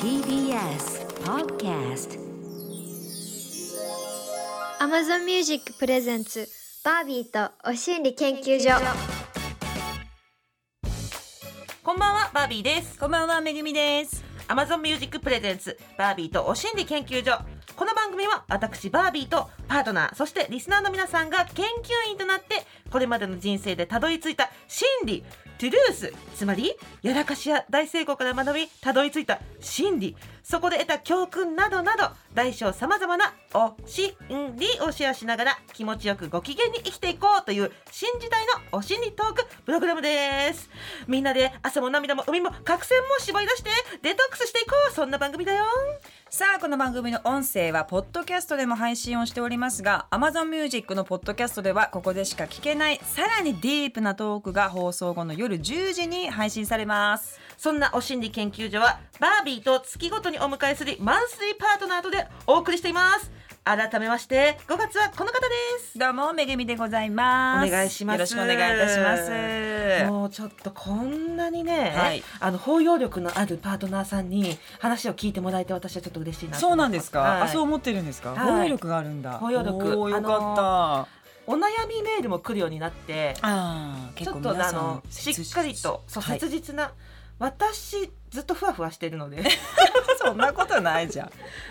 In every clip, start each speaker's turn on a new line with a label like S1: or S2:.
S1: TBS Podcast
S2: Amazon Music プレゼンツバービーとお心理研究所
S3: こんばんは、バービーです。
S1: こんばんはめぐみです。
S3: Amazon Music Presents バービーとお心理研究所。この番組は私バービーとパートナー、そしてリスナーの皆さんが研究員となって、これまでの人生でたどり着いた心理、トゥルース、つまり、やらかしや大成功から学び、たどり着いた心理、そこで得た教訓などなど、大小様々なお心理をシェアしながら、気持ちよくご機嫌に生きていこうという、新時代のお心理トークプログラムです。みんなで汗も涙も海も角栓も絞り出してデトックスしていこうそんな番組だよ
S1: さあこの番組の音声はポッドキャストでも配信をしておりますが Amazon Music のポッドキャストではここでしか聞けないさらにディープなトークが放送後の夜10時に配信されます
S3: そんなお心理研究所はバービーと月ごとにお迎えするマンスリーパートナーとでお送りしています改めまして5月はこの方です
S1: どうもめぐみでございます
S3: お願いします
S1: よろしくお願いいたします
S3: もうちょっとこんなにね、
S1: はい
S3: あの包容力のあるパートナーさんに話を聞いてもらえて私はちょっと嬉しいなと
S1: そう
S3: 思います
S1: なんですか、
S3: はい
S1: あそう思ってるんですか、
S3: はい
S1: 包容力があるんだ
S3: 包容力
S1: おーよか
S3: お悩みメールも来るようになって
S1: った、あー
S3: ちょっ
S1: 皆
S3: と
S1: さ
S3: あ
S1: ん
S3: のしっかりとそう
S1: はい
S3: 切実な、私ずっとふわふわしてるので
S1: そんなことないじゃん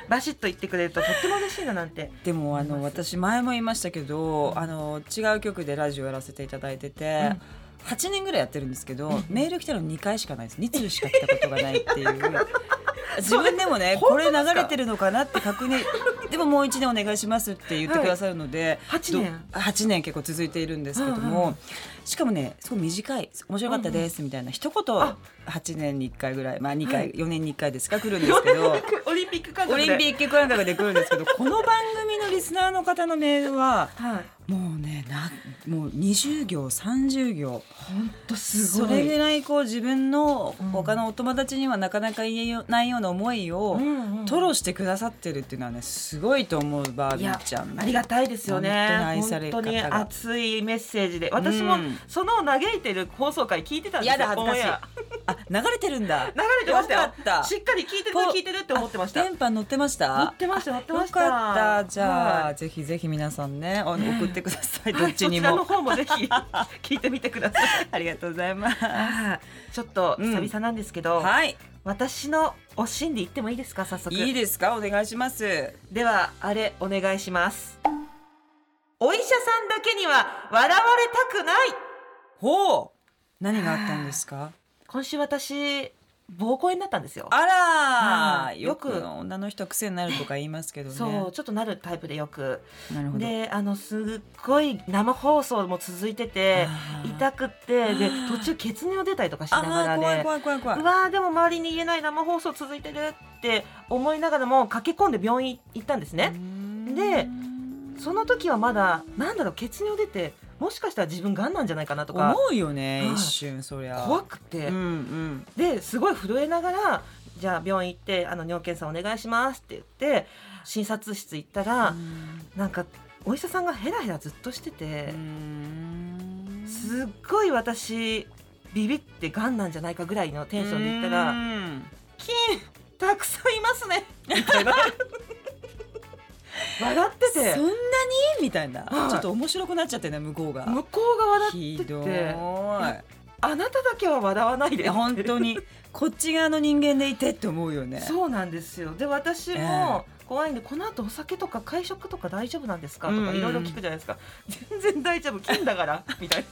S3: バシッと言ってくれるととっても嬉しいななんて
S1: でもあ
S3: 思い
S1: の
S3: ま
S1: 私前も言いましたけどあの違う局でラジオやらせていただいてて、八8年ぐらいやってるんですけど、メール来たの2回しかないです2通しか来たことがない っていう自分でもねこれ流れてるのかなって確認でももう1年お願いしますって言ってくださるので、
S3: 8年
S1: ど8年結構続いているんですけども、
S3: はいは
S1: しかもねすごい短い面白かったですみたいな、一言
S3: あ
S1: 8年に1回ぐらいまあ2
S3: は
S1: 回、
S3: い
S1: 四4年に1回ですか来るんですけど。
S3: オリンピック感
S1: オ
S3: 覚で
S1: リンピック感覚で来るんですけどこの番組のリスナーの方のメールは
S3: はい
S1: もうねなもう20行30行
S3: 本当す
S1: そ
S3: ごい
S1: れぐらいこう自分の
S3: うん
S1: 他のお友達にはなかなか言えよないような思いを
S3: うんうん
S1: 吐露してくださってるっていうのはねすごいと思うバー
S3: い
S1: ビ
S3: や
S1: ーちゃんの
S3: ありがたいですよね
S1: 本当に愛され
S3: 本
S1: 方
S3: 当
S1: が
S3: に熱いメッセージで私
S1: う
S3: も
S1: ん
S3: その嘆いてる放送回聞いてた んです
S1: や
S3: よ
S1: だ恥ずかしい
S3: オンエア
S1: あ流れてる んだ
S3: 流れてましたよ
S1: よかった
S3: しっかり聞いてる
S1: ポ
S3: 聞いてるって思ってました
S1: あ電波乗ってました
S3: 乗ってました乗ってました
S1: よかったじゃあ、
S3: はい
S1: ぜひぜひ皆さんね お送ってください、
S3: は
S1: どっ
S3: い
S1: ち
S3: そ
S1: に
S3: ちら
S1: も、
S3: の方もぜひ 聞いてみてください
S1: ありがとうござ います
S3: あーちょっと
S1: うん
S3: 久々なんですけど、
S1: はい
S3: 私のおしんで言ってもいいですか早速
S1: いいですかお願いします
S3: ではあれお願いしますお医者さんだけには笑われたくない
S1: ほう何があったんですか
S3: 今週私膀胱炎になったんですよ
S1: あらー、
S3: はい
S1: よく
S3: よく
S1: 女の人は癖になるとか言いますけどね
S3: そうちょっとなるタイプでよく
S1: なるほど
S3: であのすっごい生放送も続いてて
S1: あー
S3: 痛くってで
S1: あー
S3: 途中血尿出たりとかしなが
S1: あ
S3: らで、
S1: ー怖い怖い怖い怖いう
S3: わーでも周りに言えない生放送続いてるって思いながらも駆け込んで病院行ったんですね、でその時はまだなんだろう血尿出てもしかしたら自分がんなんじゃないかなと
S1: 思
S3: か
S1: うよね、
S3: はい
S1: 一瞬そりゃ
S3: 怖くて、
S1: うんうん
S3: ですごい震えながらじゃあ病院行ってあの尿検査お願いしますって言って診察室行ったら、なんかお医者さんがヘラヘラずっとしてて
S1: う、ん
S3: すっごい私ビビってがんなんじゃないかぐらいのテンションで言った
S1: う
S3: ら
S1: ん
S3: 「金たくさんいますね」みたい な笑って
S1: そんな
S3: て
S1: にみたいな、
S3: はい
S1: ちょっと面白くなっちゃってね向こうが
S3: 向こうが笑
S1: ひ
S3: って
S1: ど
S3: て
S1: い
S3: 「あなただけは笑わない
S1: い
S3: で」
S1: や本当にこっち側の人間でいてって思うよね。
S3: そうなんですよで私
S1: え
S3: も怖いんで、この後お酒とか会食とか大丈夫なんですかと
S1: うんうん
S3: か
S1: うん
S3: いろいろ聞くじゃないですか、全然大丈夫金だから みたいな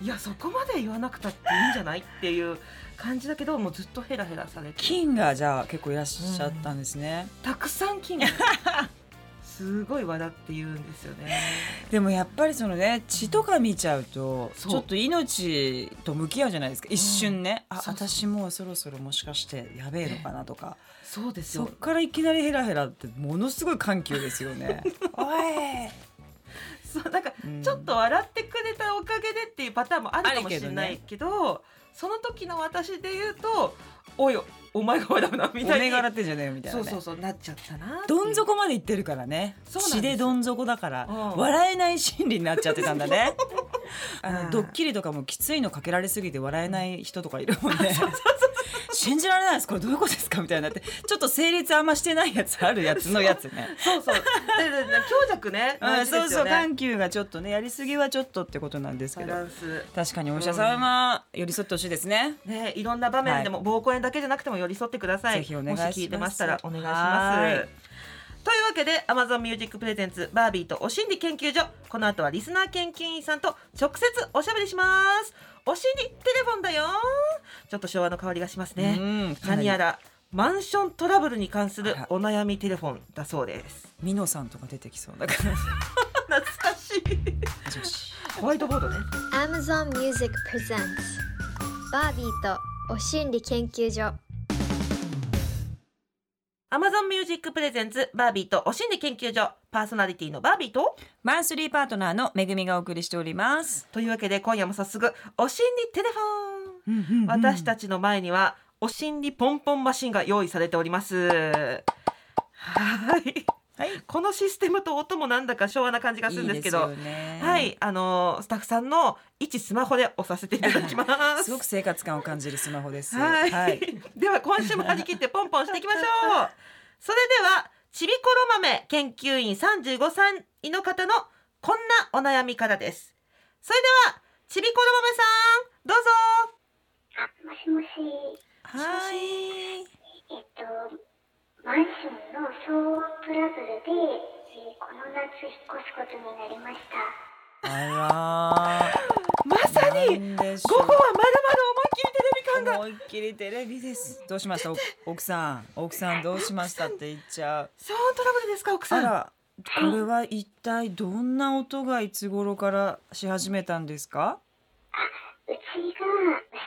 S3: いやそこまで言わなくたっていいんじゃないっていう感じだけどもうずっとヘラヘラされて
S1: 金がじゃあ結構いらっしゃったんですね。
S3: たくさん金 がすごい笑って言うんですよね
S1: でもやっぱりそのね血とか見ちゃうと
S3: そう
S1: ちょっと命と向き合うじゃないですか一瞬ね、あ
S3: そうそう
S1: 私もうそろそろもしかしてやべえのかなとか、
S3: そうです
S1: そ
S3: よ
S1: っからいきなりヘラヘラってものすごい緩急ですよ ね。おい
S3: そうなんか
S1: うん
S3: ちょっと笑ってくれたおかげでっていうパターンもあるかもしれないけどその時の私で言うと「おいお前が笑うな」み
S1: お
S3: たい
S1: め
S3: に
S1: がらってんじゃねえよみたいな
S3: そう
S1: ね。
S3: そうそうなっちゃったな
S1: どん底まで行ってるからね
S3: そうなんです
S1: 血でどん底だから
S3: うん
S1: 笑えない心理になっちゃってたんだ ねあ
S3: う
S1: の
S3: ん
S1: ドッキリとかもきついのかけられすぎて笑えない人とかいるもんね
S3: そうそうそう
S1: 信じられないですこれどういうことですかみたいになってちょっと成立あんましてないやつあるやつの やつね。
S3: そうそう。ででで強弱ね。
S1: う
S3: 大
S1: ん、
S3: 事で
S1: そう
S3: す
S1: そ
S3: よ
S1: う
S3: ね
S1: 緩急がちょっとねやりすぎはちょっとってことなんですけ
S3: バ
S1: ど
S3: ランス。
S1: 確かにお医者さんは寄り添ってほしいですね。
S3: ね、いろんな場面でも、膀胱炎だけじゃなくても寄り添ってください。
S1: ぜひお願いします
S3: もし聞いてましたらお願いし
S1: は
S3: ま
S1: い
S3: す。というわけで Amazon Music Presents バービーとお心理研究所この後はリスナー研究員さんと直接おしゃべりしますお心理テレフォンだよちょっと昭和の香りがしますね
S1: うんかな
S3: 何
S1: り
S3: やらマンショントラブルに関する
S1: あら
S3: お悩みテレフォンだそうです
S1: ミノさんとか出てきそうだ から。
S3: 懐かしい
S1: 女子
S3: ホワイトボードね
S2: Amazon Music Presents バービーとお心理研究所
S3: Amazon Music Presents バービーとお心理研究所パーソナリティのバービーと
S1: マンスリーパートナーのめぐみがお送りしております。
S3: というわけで今夜も早速お心理テレフォン私た
S1: ち
S3: ちの前にはお心理ポンポンマシンが用意されておりますはい
S1: はい
S3: このシステムと音もなんだか昭和な感じがするんですけど
S1: いいですよね
S3: はいあのースタッフさんの一スマホで押させていただきます
S1: ごく生活感を感じるスマホです。
S3: はい、
S1: はい、
S3: では今週も張り切ってポンポンしていきましょう それではちびころ豆研究員35歳の方のこんなお悩みからですそれではちびころ豆さんどうぞ
S4: あ、もしもし、
S3: はい
S4: えっと、マンションの騒音トラブルで、えーこの夏引っ越すことになりました。
S1: あ
S3: まさ
S1: ら
S3: に
S1: なんでし
S3: 午後
S1: ょ
S3: は
S1: う
S3: まだまだ思いっきりテレビ感が
S1: 思いっきりテレビです。どうしましたお奥さん奥さんどうしましたって言っちゃう。
S3: 騒音トラブルですか奥さ
S1: あ
S3: ん
S1: らこれは一体どんな音がいつ頃からし始めたんですか？
S4: うちが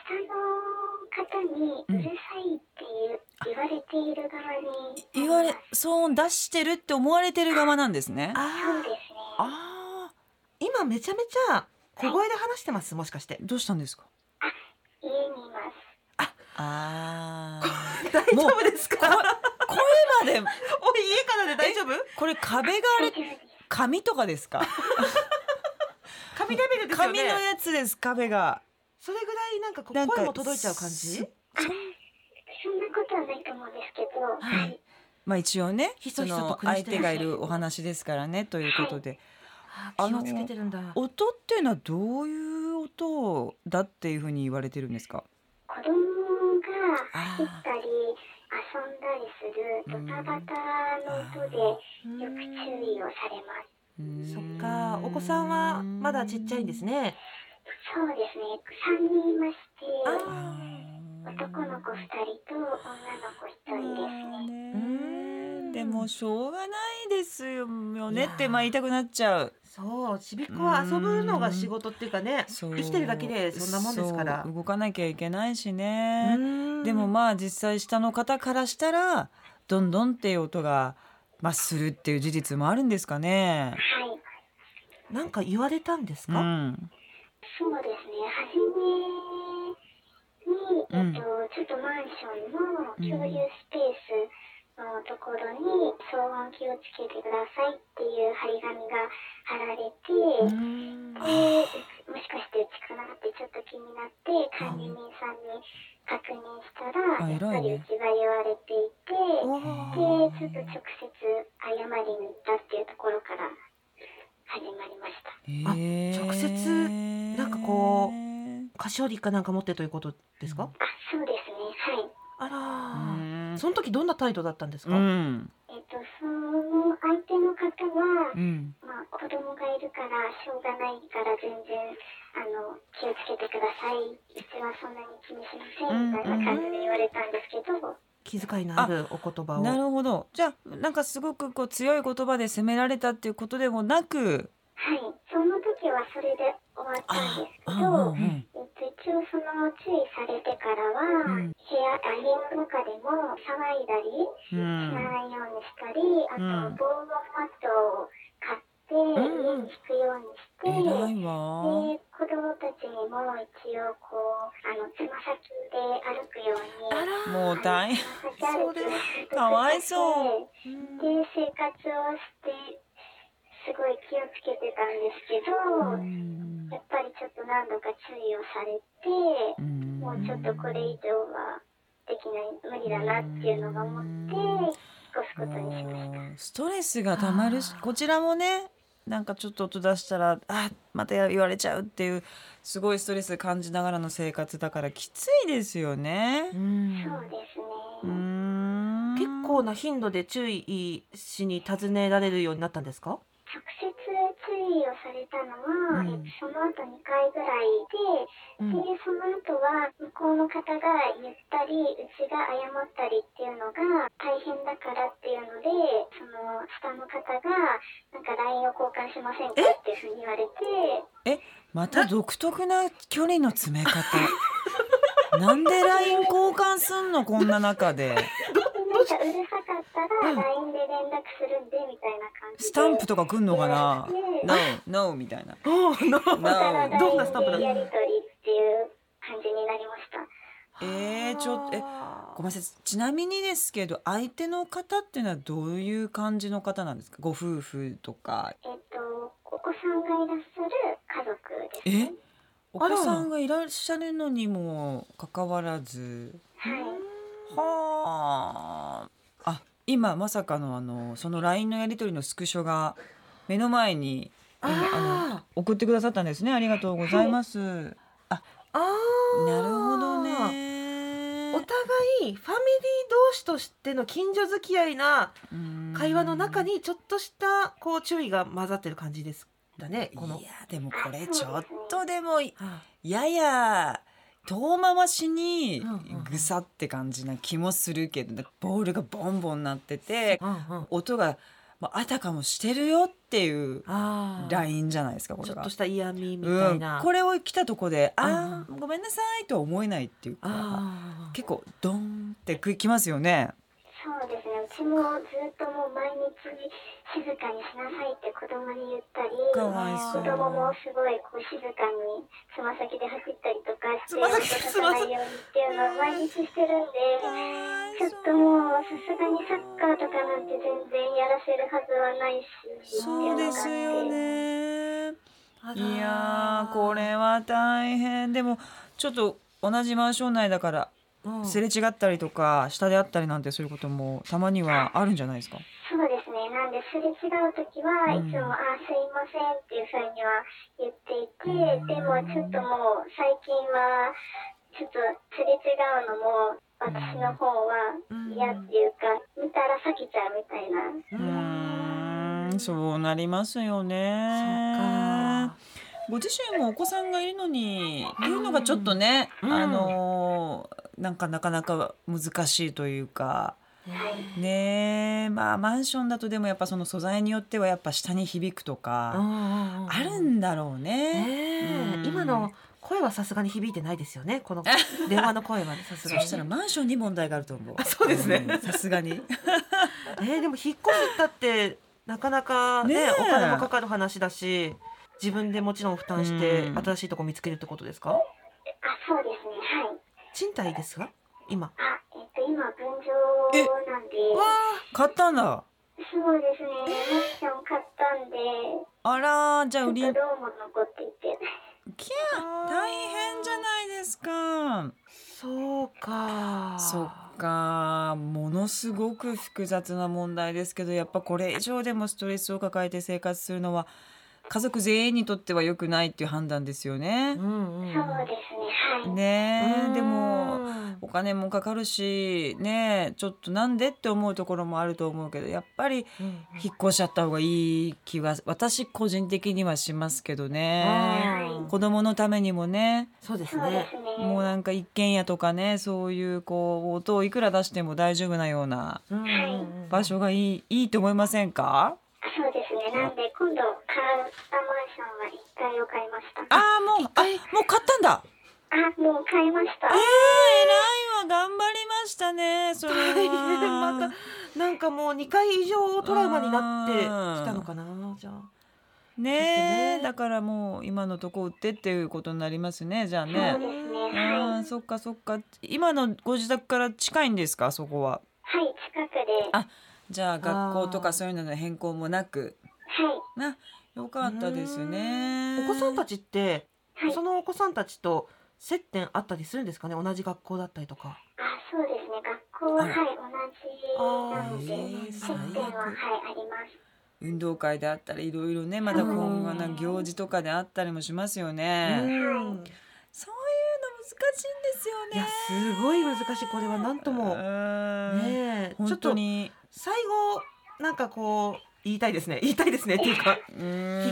S4: 下の方にうるさいっていう、言われている側に、
S1: 言われ騒音出してるって思われてる側なんですね。
S4: そう
S3: あー
S4: ですね。
S3: あー今めちゃめちゃ小声で話してますもしかして
S1: どうしたんですか？
S4: 家にいます。
S1: ああ。
S3: 大丈夫ですか
S1: 声ま で
S3: おい家からで大丈夫
S1: これ壁があれ紙とかですか？
S3: 紙レベルですよね
S1: 紙のやつです壁が。
S3: それぐらいなんかこ
S1: なんか
S3: 声も届いちゃう感じ
S1: す
S4: そんなことはないと思うんですけど、
S3: はい
S1: まあ一応ね、
S3: ひそ
S1: そ
S3: ひそと
S1: の
S3: 暮らし
S1: 相
S3: てら
S1: 手
S3: っしゃ
S1: が
S3: る
S1: いるお話ですからねということで、
S3: あ
S1: あ
S3: ー気を
S1: の
S3: つけてるんだ
S1: 音っていうのはどういう音だっていうふうに言われてるんですか？
S4: 子供が
S1: あ
S4: 走ったり、遊んだりするドタバタの音で、よ
S3: う
S4: く注
S3: ーん
S4: 意をされます。
S3: そっかお子さんはまだちっちゃいんです。ね
S4: そうですね、3人いまして、
S1: あ
S3: あ
S4: 男の子2人と女の子1人ですね。
S3: う
S1: ね
S3: ん
S1: でもしょうがないですよねっ
S3: いや
S1: てまあ言いたくなっちゃう。
S3: そうちびっこは遊ぶのが仕事っていうかね
S1: そう
S3: 生きてるだけでそんなもんですから
S1: そう動かなきゃいけないし
S3: う
S1: ね。
S3: ーん
S1: でもまあ実際下の方からしたらどんどんっていう音がまあするっていう事実もあるんですかね。
S4: はい、
S3: なんか言われたんです
S1: う
S3: か、
S1: ん。
S4: そうですね、初めに、えっと、ちょっとマンションの共有スペースのところに騒音気をつけてくださいっていう張り紙が貼られて、
S3: うん
S4: でもしかしてうちかなってちょっと気になって管理人さんに確認したら
S1: あ
S4: やっぱ
S1: 偉いね
S4: りうちが言われていてでちょ
S3: お
S4: っ
S3: ー
S4: と直接謝りに行ったっていうところから始まりました
S3: あ
S1: へー
S3: 直接なんかこ菓子折りかなんか持ってということですか、
S4: あそうですね
S3: あ
S4: はい
S1: う
S3: ら
S1: ん
S3: ーその時どんな態度だったんですか、
S1: うん。
S4: えっ、とその相手の方は
S1: う、ん。
S4: まあ、子供がいるからしょうがないから全然あの気をつけてくださいうちはそんなに気にしませんみたいな感じで言われたんですけど、
S3: 気遣いのあるお言葉を
S1: なるほど。じゃあなんかすごくこう強い言葉で責められたっていうことでもなく、
S4: はい、その時はそれで終わったんですけど、えっと、一応その注意されてから
S1: う
S4: は、
S1: ん
S4: 部屋あ家の中でも騒いだりし
S1: うん
S4: ないようにしたり、あ
S1: うん
S4: と防音マットを買って家に敷くよう
S1: 偉
S4: にして、
S1: い
S4: で
S1: わ。
S4: 子供たちにも一応こうあのつま先で歩くように
S3: あらー
S1: もう大変。
S4: つま先歩きをずっと
S1: かわいそう
S4: 続けてで生活をしてすごい気をつけてたんですけ
S1: う
S4: ど、
S1: ん
S4: やっぱりちょっと何度か注意をされ
S1: う
S4: て、
S1: ん
S4: もうちょっとこれ以上はできない無理だなっていうのが思って引っ越すことにしました。
S1: もうストレスがたまるしこちらもねなんかちょっと音出したらあまた言われちゃうっていうすごいストレス感じながらの生活だからきついですよね。
S4: そうです
S1: うーん
S4: ね。
S3: 結構な頻度で注意しに尋ねられるようになったんですか
S4: 直接注意をされたのは、
S1: うん
S4: えっとその後2回ぐらいで、
S3: うん
S4: でその後は向こうの方が言ったりうちが謝ったりっていうのが大変だからっていうのでその下の方がなんか LINE を交換しませんかっていうふうに言われ
S1: え
S4: て
S1: また独特な距離の詰 め方なんで LINE 交換すんのこんな中で
S4: なんかうるさかったら LINE で連絡するんでみたいな感じで
S1: スタンプとか来んのかな
S4: ね
S1: ?No, no みたいな。
S3: おーな
S4: お互い
S1: No
S3: どんなスタンプだ
S4: でやり取りっていう感じになりました。
S1: えー、ちょっとえごめんなさいちなみにですけど相手の方っていうのはどういう感じの方なんですかご夫婦とか
S4: えっと、お子さんがいらっしゃる家族です
S1: え
S4: ね。
S1: お子さんがいらっしゃるのにもかかわらず
S4: はい。
S1: はああ今まさかのあのその LINE のやり取りのスクショが目の前に今あの
S3: あ
S1: 送ってくださったんですねありがとうございます、
S3: ーあー
S1: なるほどね
S3: お互いファミリー同士としての近所付き合いな会話の中にちょっとしたこう注意が混ざってる感じですだねこの
S1: いやでもこれちょっとでもやや遠回しに
S3: うんうん
S1: ぐさって感じな気もするけどボールがボンボンなってて
S3: あ
S1: 音がまああたかもしてるよっていう
S3: あ
S1: ラインじゃないですかこ
S3: ち
S1: れ
S3: ょっ
S1: が
S3: と。した嫌味みたいな、
S1: うんこれを来たとこで「あ
S3: う
S1: ーごめんなさい」とは思えないっていうか
S3: あー
S1: 結構ドンってくきますよね。
S4: そうですね。うちもずっともう毎日静かにしなさいって子供に言ったり、
S1: かわい
S4: 子
S1: そう
S4: 供もすごいこう静かにつま先で走ったりとかして、
S3: つま先
S4: 音立たないようにっていうのを毎日してるん
S1: か
S4: で、
S1: わい
S4: ちょっともうさすがにサッカーとかなんて全然やらせるはずはないし、
S1: そうですよね。
S3: あら
S1: いやーこれは大変でもちょっと同じマンション内だから
S3: うん
S1: すれ違ったりとか下であったりなんてそういうこともたまにはあるんじゃないですか
S4: そうですね。なんで、すれ違うときは、
S1: う
S4: い
S1: ん
S4: つも、あ、すいませんっていうふうには言っていて、でも、ちょっともう、最近は、ちょっと、すれ違うのも、私の方は嫌っていうか、見たら避けちゃうみたいな。
S1: うーんそうなりますよね
S3: そ
S1: ご自身もお子さんがいるのにっていうのがちょっとね、
S3: うん
S1: あのーなんかなかなか難しいというかねえまあマンションだとでもやっぱその素材によってはやっぱ下に響く
S3: う
S1: と
S3: んう
S1: か
S3: んうん
S1: あるんだろうね。
S3: ねえ
S1: うん
S3: 今の声はさすがに響いてないですよね この電話の声はねさす
S1: そ
S3: がに
S1: したらマンションに問題があると思う。
S3: そうですね
S1: うんさすがに。
S3: えーでも引っ越すったってなかなかね
S1: ねえ
S3: お金もかかる話だし自分でもちろん負担して
S1: うん
S3: 新しいとこ見つけるってことですか
S4: あ、そうですね。はい。
S3: 賃貸ですか今
S4: あ、えっと、今、分譲なんで、
S1: 買ったんだ。
S4: そうですね。マンション買ったんで、
S1: あらーじゃあ売り
S4: ちょ
S1: キャー
S4: っとローンも残っていて。
S1: 大変じゃないですか。
S3: そうか
S1: そっかものすごく複雑な問題ですけどやっぱこれ以上でもストレスを抱えて生活するのは家族全員にとっては良くないっていう判断ですよね
S3: う。んうん
S4: そうですね。はい。
S1: ね
S3: う
S1: え
S3: ん
S1: でもお金もかかるしねえちょっとなんでって思うところもあると思うけどやっぱり
S3: うんうん
S1: 引っ越しちゃった方がいい気は私個人的にはしますけどね
S3: あー
S1: 子供のためにもね
S3: そうです
S4: そうで
S3: ね
S4: すね。
S1: もうなんか一軒家とかねそういうこう音をいくら出しても大丈夫なような
S3: うんうんうん
S1: 場所がいいいいと思いませんか
S4: そうですね。なんで今度買ったマンションは一階を買いました。
S1: あ
S4: あ、
S1: あもうあもう買ったんだ
S4: もう買いました。
S1: えー、偉いわ頑張りましたねそれ
S3: 大変 ま
S1: は
S3: たなんかもう2回以上トラウマになってきたのかなじゃあ
S1: ね
S3: ね
S1: えだからもう今のとこ売ってっていうことになりますねじゃあ
S4: そうです
S1: ね
S4: ね。
S1: あ
S4: はい。
S1: ーそっかそっか今のご自宅から近いんですかそこは
S4: はい、近くで。
S1: あじゃあ学校と
S3: あ
S1: か
S3: ー
S1: そういうのの変更もなく
S4: はい。
S1: なよかったですね
S3: お子さんた
S1: ち
S3: ちって
S4: はい
S3: そのお子さんたちと接点あったりするんですかね同じ学校だったりとか。
S4: あ、そうですね。学校は、
S1: あ
S4: はい、
S1: ら
S4: 同じなの
S1: あーえー
S4: で、接点は、はい、あります。
S1: 運動会であったりいろいろねまた今後の行事とかであったりもしますよね、
S3: うん
S1: そういうの難しいんですよ
S3: いや
S1: ね
S3: すごい難しいこれはなんともねえちょ
S1: ね本
S3: っと
S1: 当に
S3: 最後なんかこう言いたいですね 言いたいですねっていうか
S1: 引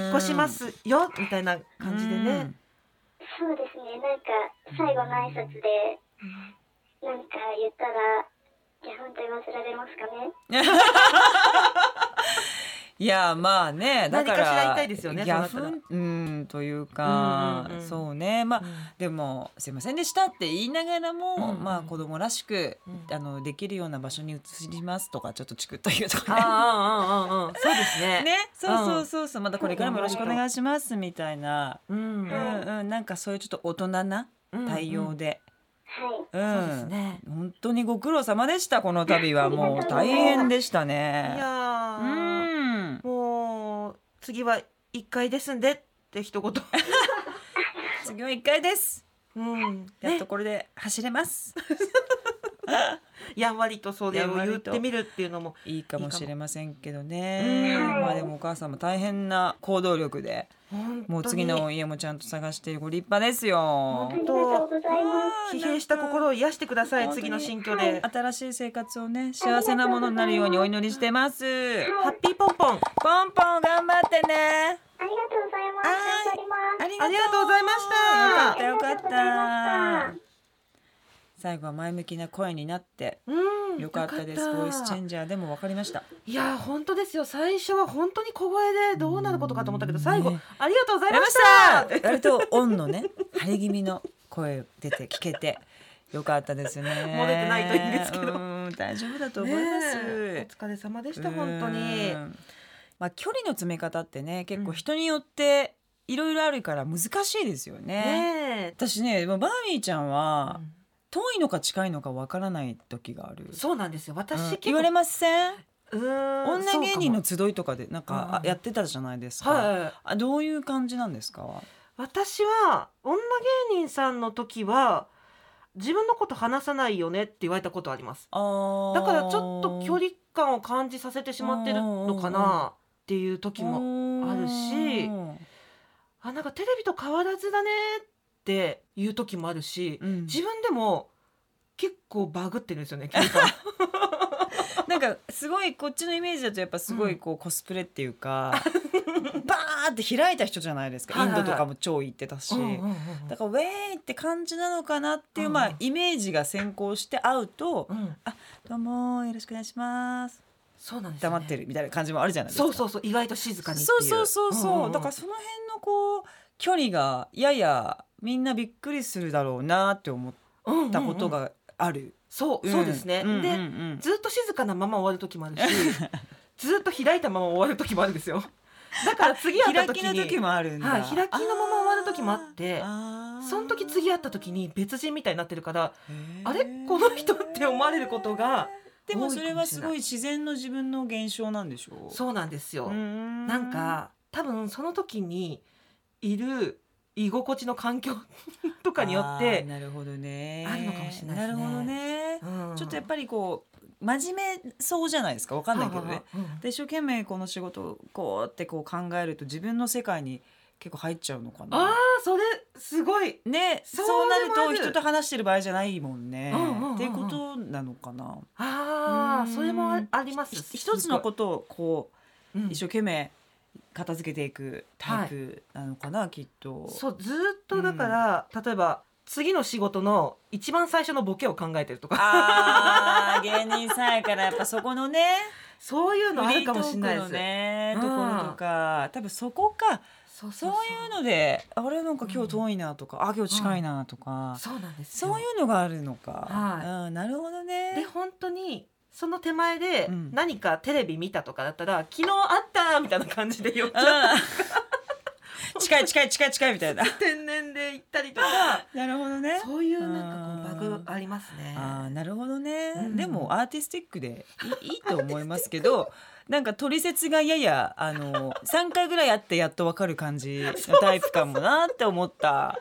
S3: 引っ越しますよみたいな感じでね
S4: そうですね。なんか、最後の挨拶で、なんか言ったら、いや、本当に忘れられますかね。
S1: いやまあねだか
S3: 何か
S1: ら
S3: しら言いたいですよね
S1: ヤ
S3: そうなっ
S1: フうんというか、
S3: うんうんうん
S1: そうねまあ、
S3: うん
S1: でも「すいませんでした」って言いながらも、
S3: うん
S1: まあ子供らしく、
S3: うん
S1: あのできるような場所に移りますとかちょっとチクッと言うとかね。
S3: ああああああそうですね
S1: ね、そうそうそうそう、またこれからもよろしくお願いしますみたいな。
S3: うん
S1: うんうん、なんかそういうちょっと大人な対応で。
S4: はい。
S1: うん、
S3: そうですね
S1: 本当にご苦労様でした、この度はもう大変でした
S3: い
S1: ね。
S3: や
S1: う
S3: ー
S1: ん。
S3: もう次は一回ですんでって一 言
S1: 次は一回です。
S3: うん
S1: やっ
S3: ね
S1: とこれで走 れます。
S3: やんわりとそれ
S1: やん
S3: を
S1: わ
S3: 言っ
S1: りと
S3: てみるっていうのも
S1: いいかもしれませんけど
S3: い
S1: ね。
S3: いかも
S4: うん
S1: まあでもお母さんも大変な行動力で、
S3: 本当に
S1: もう次の家もちゃんと探してご立派ですよ
S4: あ
S3: 本。
S4: りが
S3: 当
S4: とうございます。
S1: あー
S3: 疲弊した心を癒してください
S1: 本当に
S3: 次の心境で
S1: 新しい生活をね幸せなものになるようにお祈りしてます
S3: ハッピーポンポン
S1: ポンポン頑張ってね
S4: ありがとうございます。頑張ります。
S1: り
S3: ありがとうございました
S1: よかったよか
S4: ありがとうございま
S1: っ
S4: した
S1: 最後は前向きな声になって
S3: うん
S1: よかったですボイスチェンジャーでも分かりました
S3: いやー本当ですよ最初は本当に小声でどうなることかと思ったけど最後
S1: ね
S3: ありがとうござい
S1: やり
S3: ま
S1: ま
S3: し
S1: したた割とオンのね晴れ気味の声出て聞けてよかったですね
S3: 漏れてないといいんですけど
S1: うん大丈夫だと思いま
S3: ね
S1: す、
S3: えお疲れ様でした本当に
S1: うんまあ距離の詰め方ってね結
S3: う
S1: 構
S3: ん
S1: 人によっていろいろあるから難しいですよね。
S3: ねえ
S1: 私ねもうバーミーちゃんは遠いのか近いのかわからない時がある。
S3: そうなんですよ
S1: うん
S3: 私
S1: 言われません
S3: 女
S1: 女芸人の集いとかでなんか
S3: うん
S1: やってたじゃないですか、
S3: はい
S1: あどういう感じなんですか
S3: 私は女芸人さんの時は自分のこと話さないよねって言われたことあります
S1: あー
S3: だからちょっと距離感を感じさせてしまってるのかなっていう時もあるし
S1: うん
S3: あなんかテレビと変わらずだねっていう時もあるし
S1: うん
S3: 自分でも結構バグってるんです よね距離感
S1: なんかすごいこっちのイメージだとやっぱすごいこうコスプレっていう か、バーンって開いた人じゃないですか
S3: は
S1: イ
S3: い
S1: ン
S3: はいはい
S1: ドとかも超行ってたし、
S3: うんうんうんうん
S1: だからウェーイって感じなのかなっていう、ま
S3: う
S1: あ
S3: ん
S1: イメージが先行して会うと
S3: うん
S1: 「どうもよろしくお願いします
S3: そうなん」ですよね
S1: 黙ってるみたいな感じもあるじゃないですか。
S3: そうそうそう意外と静かにってい
S1: そうそうそうそう、
S3: んん
S1: だからその辺のこう距離がややみんなびっくりするだろうなって思っ
S3: うんうんうん
S1: たことがある。
S3: そうそうですね
S1: んうんうん
S3: でずっと静かなまま終わる時もある しずっと開いたまま終わる時もあるんですよだから次会った
S1: 開
S3: 時
S1: き
S3: に
S1: の時もあるんだ、
S3: はい開きのまま終わる時もあって
S1: あー
S3: その時次会った時に別人みたいになってるから
S1: へー
S3: あれこの人って思われることが
S1: でもそれ
S3: 多いか
S1: は
S3: もしれ
S1: す
S3: ない
S1: ごい自然の自分の現象なんでしょう
S3: そうなんですよ、
S1: ん
S3: なんか多分その時にいる居心地の環境とかによっ
S1: あー
S3: て、
S1: なるほどね
S3: あるのかもしれないですね
S1: るほどね、
S3: うん
S1: ちょっとやっぱりこう真面目そうじゃないですかわかんないけど
S3: は
S1: ね
S3: あはあ
S1: で一生懸命この仕事をこうってこう考えると自分の世界に結構入っちゃうのか
S3: うんあ
S1: な
S3: ーそれすごい
S1: ね
S3: そ
S1: そうう
S3: で
S1: な
S3: も
S1: る
S3: あ
S1: と
S3: る
S1: 人と話してる場合じゃないもんね、
S3: うんうんうんうん
S1: っていうことなのかな
S3: あ
S1: う
S3: あ
S1: ん
S3: それもあります
S1: ひ一つのことをこ
S3: と、うん
S1: う一生懸命片付けていくタイプなのかな、きっと
S3: そうずーっとだから、例えば次の仕事の一番最初のボケを考えてるとか
S1: あー芸人さんやからやっぱそこのね
S3: そういう
S1: フ
S3: のある
S1: リー
S3: か
S1: ト
S3: もしれな
S1: ー
S3: いで
S1: クの
S3: す、
S1: ね
S3: うん
S1: ところとか多分そこか
S3: そう
S1: そういうのであれなんか今日遠いなとか、あ今日近いなとか、
S3: そうなんですよ
S1: そういうのがあるのか、
S3: は
S1: うん、な るほどね
S3: で本当にその手前で
S1: うん
S3: 何かテレビ見たとかだったら、昨日あったみたいな感じで言っち
S1: う
S3: ゃうん
S1: 近い近い近い近いみたいな
S3: 天然で行ったりと か
S1: なるほどね
S3: そういうなんかこうバグありますね
S1: あーなるほどね、
S3: うん
S1: でもアーティスティックでい いいいと思いますけどなんか取説がややあの3回ぐらいあってやっとわかる感じのタイプかもなって思った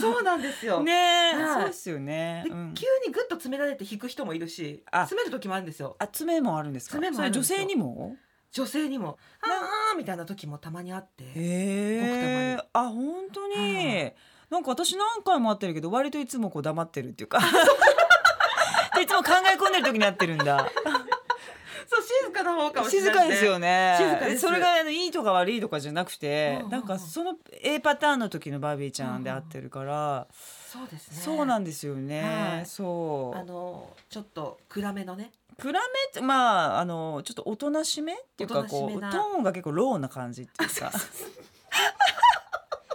S3: そうなんですよ、
S1: ねえ、
S3: はい
S1: そうですよね、
S3: で
S1: うん
S3: 急にぐっと詰められて引く人もいるし
S1: あ
S3: 詰める時もあるんですよ
S1: あ爪もあるんですか
S3: 爪も
S1: そ
S3: ある
S1: れ
S3: んで
S1: 女
S3: すよ
S1: 性にも
S3: 女性にも「ああ」みたいな時もたまにあって
S1: へえあ本当
S3: は
S1: になんか私何回も会ってるけど割といつもこう黙ってるっ ていうかでいつも考え込んでる時になってるんだ
S3: そう静かな方かもしれ
S1: 静
S3: ない
S1: かですよね
S3: 静かです
S1: それがあのいいとか悪いとかじゃなくて、
S3: うんうん
S1: なんかその A パターンの時のバービーちゃんで会ってるから、
S3: そうですね
S1: そうなんですよね、
S3: はい
S1: そ
S3: あ
S1: う
S3: のちょっと暗めのね
S1: 暗めってまああのちょっとおとなしめっていうか
S3: おとなし
S1: こ
S3: め
S1: うト
S3: な
S1: ーンが結構ローな感じっていうか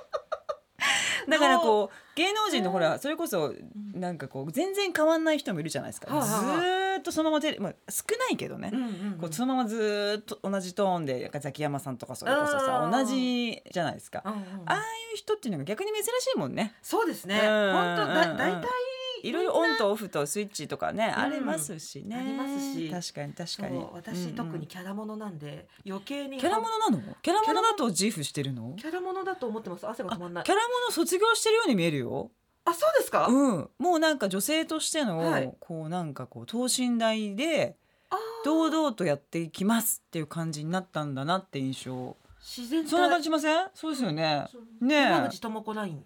S1: だからこう芸能人のほらそれこそなんかこう全然変わんない人もいるじゃないですか、
S3: はい
S1: ず
S3: はいはい
S1: ーっとそのままテレまあ、少ないけどね、
S3: うんうんうん
S1: こうそのままずーっと同じトーンでなんかザキヤマさんとかそれこそ
S3: う
S1: さ
S3: ん
S1: 同じじゃないですか。あ
S3: うんうん
S1: あいう人っていうのが逆に珍しいもんね。
S3: そうですね
S1: うん
S3: 本当
S1: うんう
S3: だ
S1: ん
S3: 大体
S1: いろいろオンとオフとスイッチとかね、
S3: ん
S1: ありますしね。
S3: ありますし
S1: 確かに確かに
S3: そう。私特にキャラものなんで余計
S1: う
S3: に
S1: ん。キャラものなの？キャラものだと自負してるの？
S3: キャラものだと思ってます汗が
S1: あ
S3: 止
S1: キ
S3: ま
S1: ャ
S3: んな
S1: ラも
S3: い
S1: の卒業してるように見えるよ。
S3: あそうですか、
S1: うん。もうなんか女性としての、
S3: はい
S1: こうなんかこう等身大で
S3: あ
S1: 堂々とやっていきますっていう感じになったんだなって印象。
S3: 自然体
S1: そんな感じしません？そうですよね。ねえ
S3: 山口智子ライン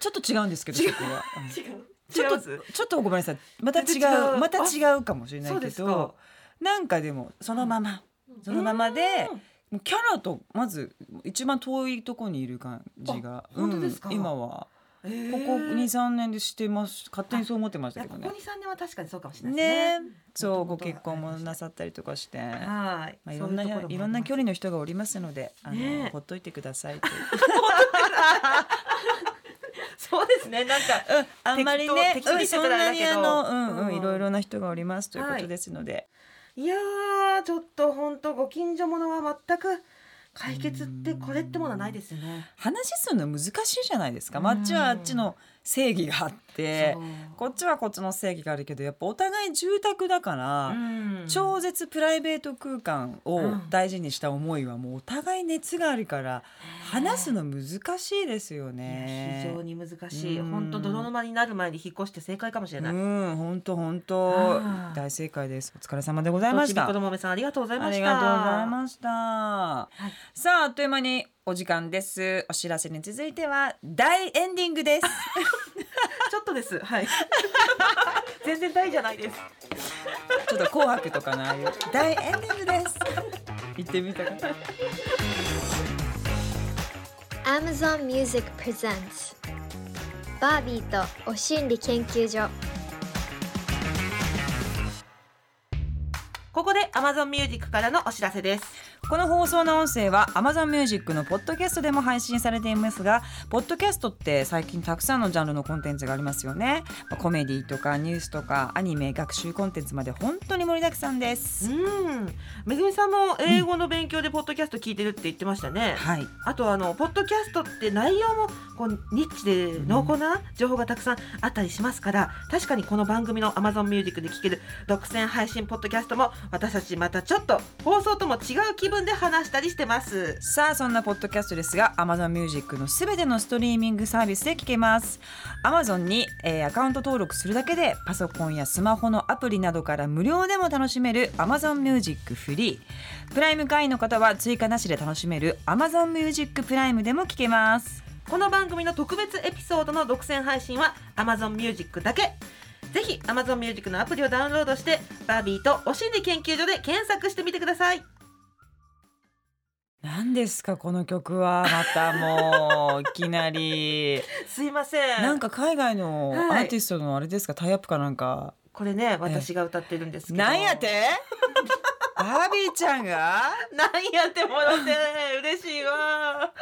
S1: ちょっと違うんですけど、
S3: 違う
S1: そこはうん
S3: 違う
S1: ち
S3: 違い
S1: ょっ
S3: ま
S1: と
S3: す
S1: ちょっとごめんなさいまた違
S3: 全然違
S1: う
S3: う
S1: また違うかもしれな
S3: そう
S1: いけ
S3: ですか
S1: どなんかでもそのまま、そのままでもうキャラとまず一番遠いとこにいる感じが、
S3: あ本当ですか
S1: うん今は
S3: うんへえ
S1: ここ23年でしてます勝手にそう思ってま
S3: い
S1: した
S3: や
S1: けど
S3: ここ
S1: ね
S3: に三年は確かにそうかもしれない
S1: ね
S3: ですね
S1: そう
S3: 元々
S1: ご
S3: は
S1: 結婚もなさったりとかして。
S3: はい、
S1: まあ、いろんな
S3: そううところもあります
S1: いろんな距離の人がおりますので、あの、
S3: ねえ
S1: ほっといてくださいという。
S3: そうですねなんか
S1: うん、あんまりね、
S3: 適当適当
S1: う
S3: に
S1: ん
S3: して
S1: そ
S3: た
S1: ん
S3: らあ
S1: な
S3: れ
S1: に
S3: だけ
S1: あ
S3: ど
S1: の、うん、う
S3: うん
S1: ん、いろいろな人がおりますということですので。
S3: いやーちょっと本当ご近所ものは全く解決ってこれってものはないですよね。
S1: 話するの難しいじゃないですか。
S3: うん
S1: まああっちはあっちの正義があって
S3: そ、う
S1: こっちはこっちの正義があるけど、やっぱお互い住宅だから。
S3: うん
S1: 超絶プライベート空間
S3: う
S1: を
S3: ん
S1: 大事にした思いはもうお互い熱があるから話すの難しいですよ
S3: いや
S1: ね。
S3: 非常に難しい
S1: うん
S3: 本当泥沼になる前に引っ越して正解かもしれ
S1: う
S3: ない。
S1: ん、本当本当
S3: あー
S1: 大正解です。お疲れ様でござい
S3: ど
S1: ま
S3: っ
S1: し
S3: ちみ
S1: た
S3: こ。どもめさんありがとうござい
S1: あ
S3: ました。
S1: りがとうございました。さあ、あっという間にお時間です。お知らせに続いては大エンディングです。
S3: ちょっとです。はい。全然大じゃないです。
S1: ちょっと紅白とかのああいう大エンディングです。 行ってみたかった。
S2: Amazon Music Presents バービーとお心理研究所
S3: ここで Amazon Music からのお知らせです。
S1: この放送の音声は Amazon Music のポッドキャストでも配信されていますがポッドキャストって最近たくさんのジャンルのコンテンツがありますよねまあコメディとかニュースとかアニメ学習コンテンツまで本当に盛りだくさんです、
S3: うん。めぐみさんも英語の勉強でポッドキャスト聞いてるって言ってましたね。
S1: はい
S3: あとあのポッドキャストって内容もこうニッチで濃厚な情報がたくさんあったりしますから確かにこの番組の Amazon Music で聴ける独占配信ポッドキャストも私たちまたちょっと放送とも違う気分で話したりしてます
S1: さあそんなポッドキャストですが Amazon Music のすべてのストリーミングサービスで聞けます Amazon に、えーアカウント登録するだけでパソコンやスマホのアプリなどから無料でも楽しめる Amazon Music フリープライム会員の方は追加なしで楽しめる Amazon Music プライムでも聞けます
S3: この番組の特別エピソードの独占配信は Amazon Music だけぜひ Amazon Music のアプリをダウンロードしてバービーとお心理研究所で検索してみてください
S1: 何ですかこの曲はまたもう いきなり
S3: すいません
S1: なんか海外のア
S3: はい
S1: ーティストのあれですか、タイアップかなんか
S3: これね私が歌ってるんですけど
S1: なんやて バービーちゃんが
S3: なんやってもらって嬉しいわ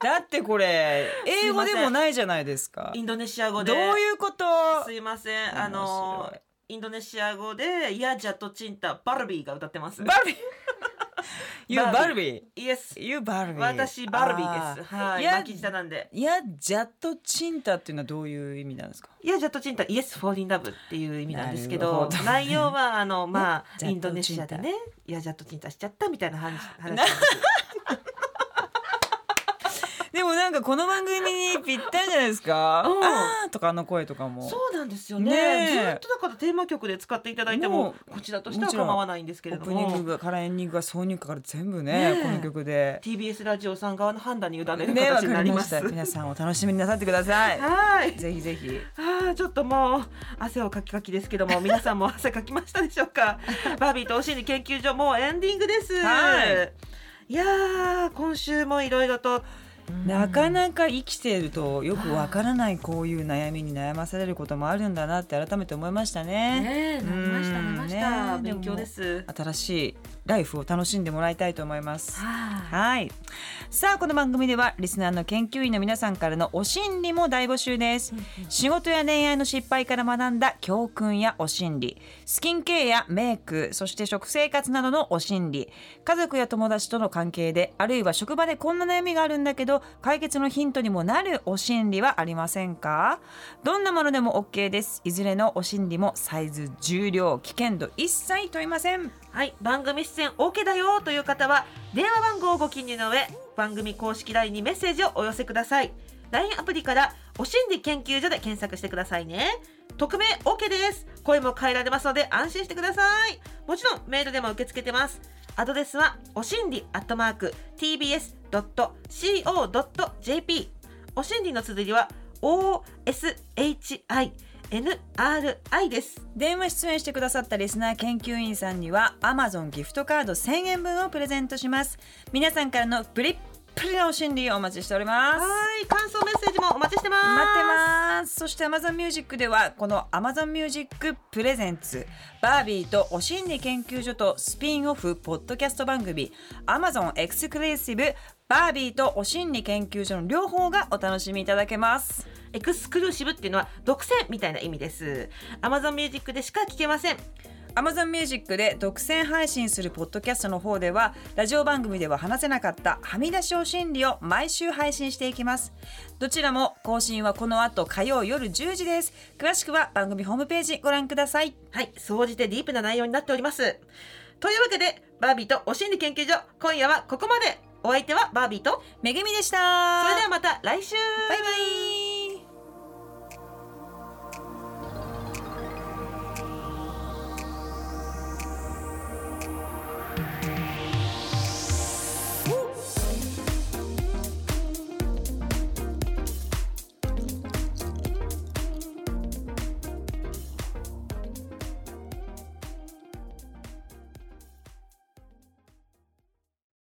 S1: だってこれ英語でもないじゃないですか。
S3: インドネシア語で
S1: どういうこと？
S3: すいませんあのインドネシア語でイヤジャとチンタバルビーが歌ってます
S1: バルビー You
S3: バ
S1: バ
S3: ル
S1: ルビー
S3: Yes
S1: You バルビー
S3: 私バルビーですはいい
S1: や
S3: 巻き舌なんで
S1: いやジャットチンタっていうのはどういう意味なんですか？
S3: イヤジャとチンタ Yes for in love っていう意味なんですけ
S1: なる
S3: ど
S1: ほど
S3: 内容はあ のまあ
S1: ね
S3: インドネシアでねイヤジャとチンタしちゃったみたいな話話なんです
S1: でもななんかこの番組にぴったりじゃないです か。
S3: うん
S1: あーとかあの声とかも。
S3: そうなんですよね
S1: ねえ
S3: ずっとだからテーマ曲で使っていただいても
S1: もう
S3: こちらとしては構わないんですけ
S1: オ
S3: れ
S1: ー
S3: ど
S1: プニン
S3: も
S1: グがからエンディングが挿入歌から全部ね
S3: ねえ
S1: この曲で。
S3: TBS ラジオさん側の判断に委ねる
S1: ねわ
S3: 形に
S1: か
S3: なり
S1: りま
S3: ま
S1: し
S3: す。
S1: た。皆さんお楽しみになさってください。
S3: はい
S1: ぜひぜひ。
S3: あーちょっともう汗をかきかきですけ ども皆さんも汗かきましたでしょうかバービーとお心理研究所もうエンディングです、、
S1: はい
S3: やー今週もいろいろと
S1: なかなか生きているとよくわからないこういう悩みに悩まされることもあるんだなって改めて思いましたね。
S3: ねえなりました
S1: うん
S3: なりました、
S1: ねえ
S3: 勉強です
S1: 新しいライフを楽しんでもらいたいと思います。
S3: は
S1: はい。さあこの番組ではリスナーの研究員の皆さんからのお心理も大募集です。仕事や恋愛の失敗から学んだ教訓やお心理、スキンケアやメイク、そして食生活などのお心理、家族や友達との関係で、あるいは職場でこんな悩みがあるんだけど解決のヒントにもなるお心理はありませんか？どんなものでも OK です。いずれのお心理もサイズ、重量、危険度一切問いません。
S3: はい番組出演 OK だよという方は電話番号をご記入の上番組公式 LINE にメッセージをお寄せください LINE アプリから「お心理研究所」で検索してくださいね匿名 OK です声も変えられますので安心してくださいもちろんメールでも受け付けてますアドレスはお心理アットマーク tbs.co.jp お心理の綴りは OSHINRI です
S1: 電話出演してくださったリスナー研究員さんには Amazon ギフトカード1000円分をプレゼントします皆さんからのプリップリのお心理をお待ちしております
S3: はい、感想メッセージもお待ちしてます。
S1: 待ってますそして Amazon ミュージックではこの Amazon ミュージックプレゼンツバービーとお心理研究所とスピンオフポッドキャスト番組 Amazon エクスクルーシブバービーとお心理研究所の両方がお楽しみいただけます
S3: エクスクルーシブっていうのは独占みたいな意味です。Amazon Music でしか聞けません。
S1: Amazon ミュージックで独占配信するポッドキャストの方ではラジオ番組では話せなかったはみ出しお心理を毎週配信していきますどちらも更新はこの後火曜夜10時です詳しくは番組ホームページご覧ください
S3: はい、総じてディープな内容になっております。というわけで、バービーとお心理研究所、今夜はここまで。お相手はバービーと、
S1: めぐみでした
S3: それではまた来週
S1: バイバイ